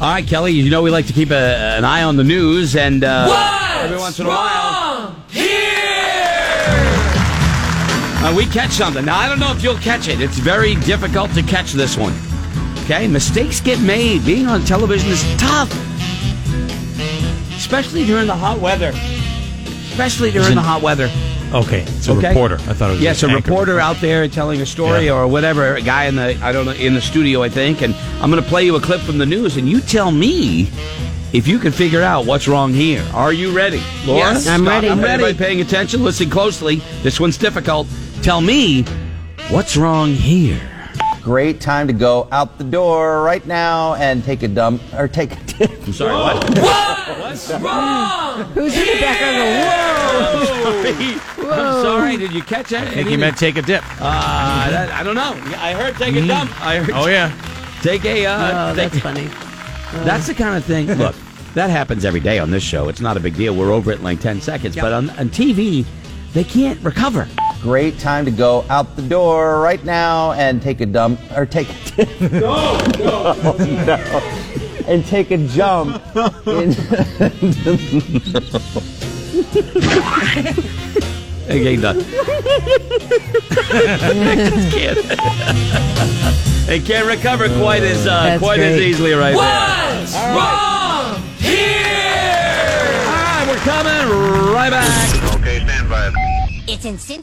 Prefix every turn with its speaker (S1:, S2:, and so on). S1: All right, Kelly, you know we like to keep a, an eye on the news, and uh, every once in a while uh, we catch something. Now, I don't know if you'll catch it. It's very difficult to catch this one. Okay? Mistakes get made. Being on television is tough, especially during the hot weather. Especially during the hot weather.
S2: Okay, it's a
S1: Okay.
S2: reporter. I thought it was
S1: Yes,
S2: an
S1: a
S2: anchor.
S1: reporter out there telling a story
S2: Yeah.
S1: or whatever. A guy in the I don't know in the studio, I think. And I'm going to play you a clip from the news, and you tell me if you can figure out what's wrong here. Are you ready, Laura?
S3: Yes. I'm
S1: Scott,
S3: ready.
S1: I'm ready.
S3: Ready.
S1: By paying attention, listen closely. This one's difficult. Tell me what's wrong here.
S4: Great time to go out the door right now and take a dump or take a dip.
S1: I'm sorry. What?
S3: Who's in the background?
S1: I'm sorry. I'm sorry. Did you catch that?
S2: I think he meant take a dip.
S1: Uh, that, I don't know. I heard take a dump. I heard
S2: Oh yeah,
S1: take a. Uh,
S3: Oh,
S1: take-
S3: that's funny.
S1: That's the kind of thing. Look, that happens every day on this show. It's not a big deal. We're over it in like 10 seconds. But on, on TV, they can't recover.
S4: Great time to go out the door right now and take a dump or take a dip. No, no, no. And take a jump. in-
S1: Okay, done. can't. they can't recover quite as uh,
S3: That's
S1: quite as
S3: great.
S1: easily right now. All right. All right, we're coming right back.
S5: Okay, stand by.
S6: It's in Sin.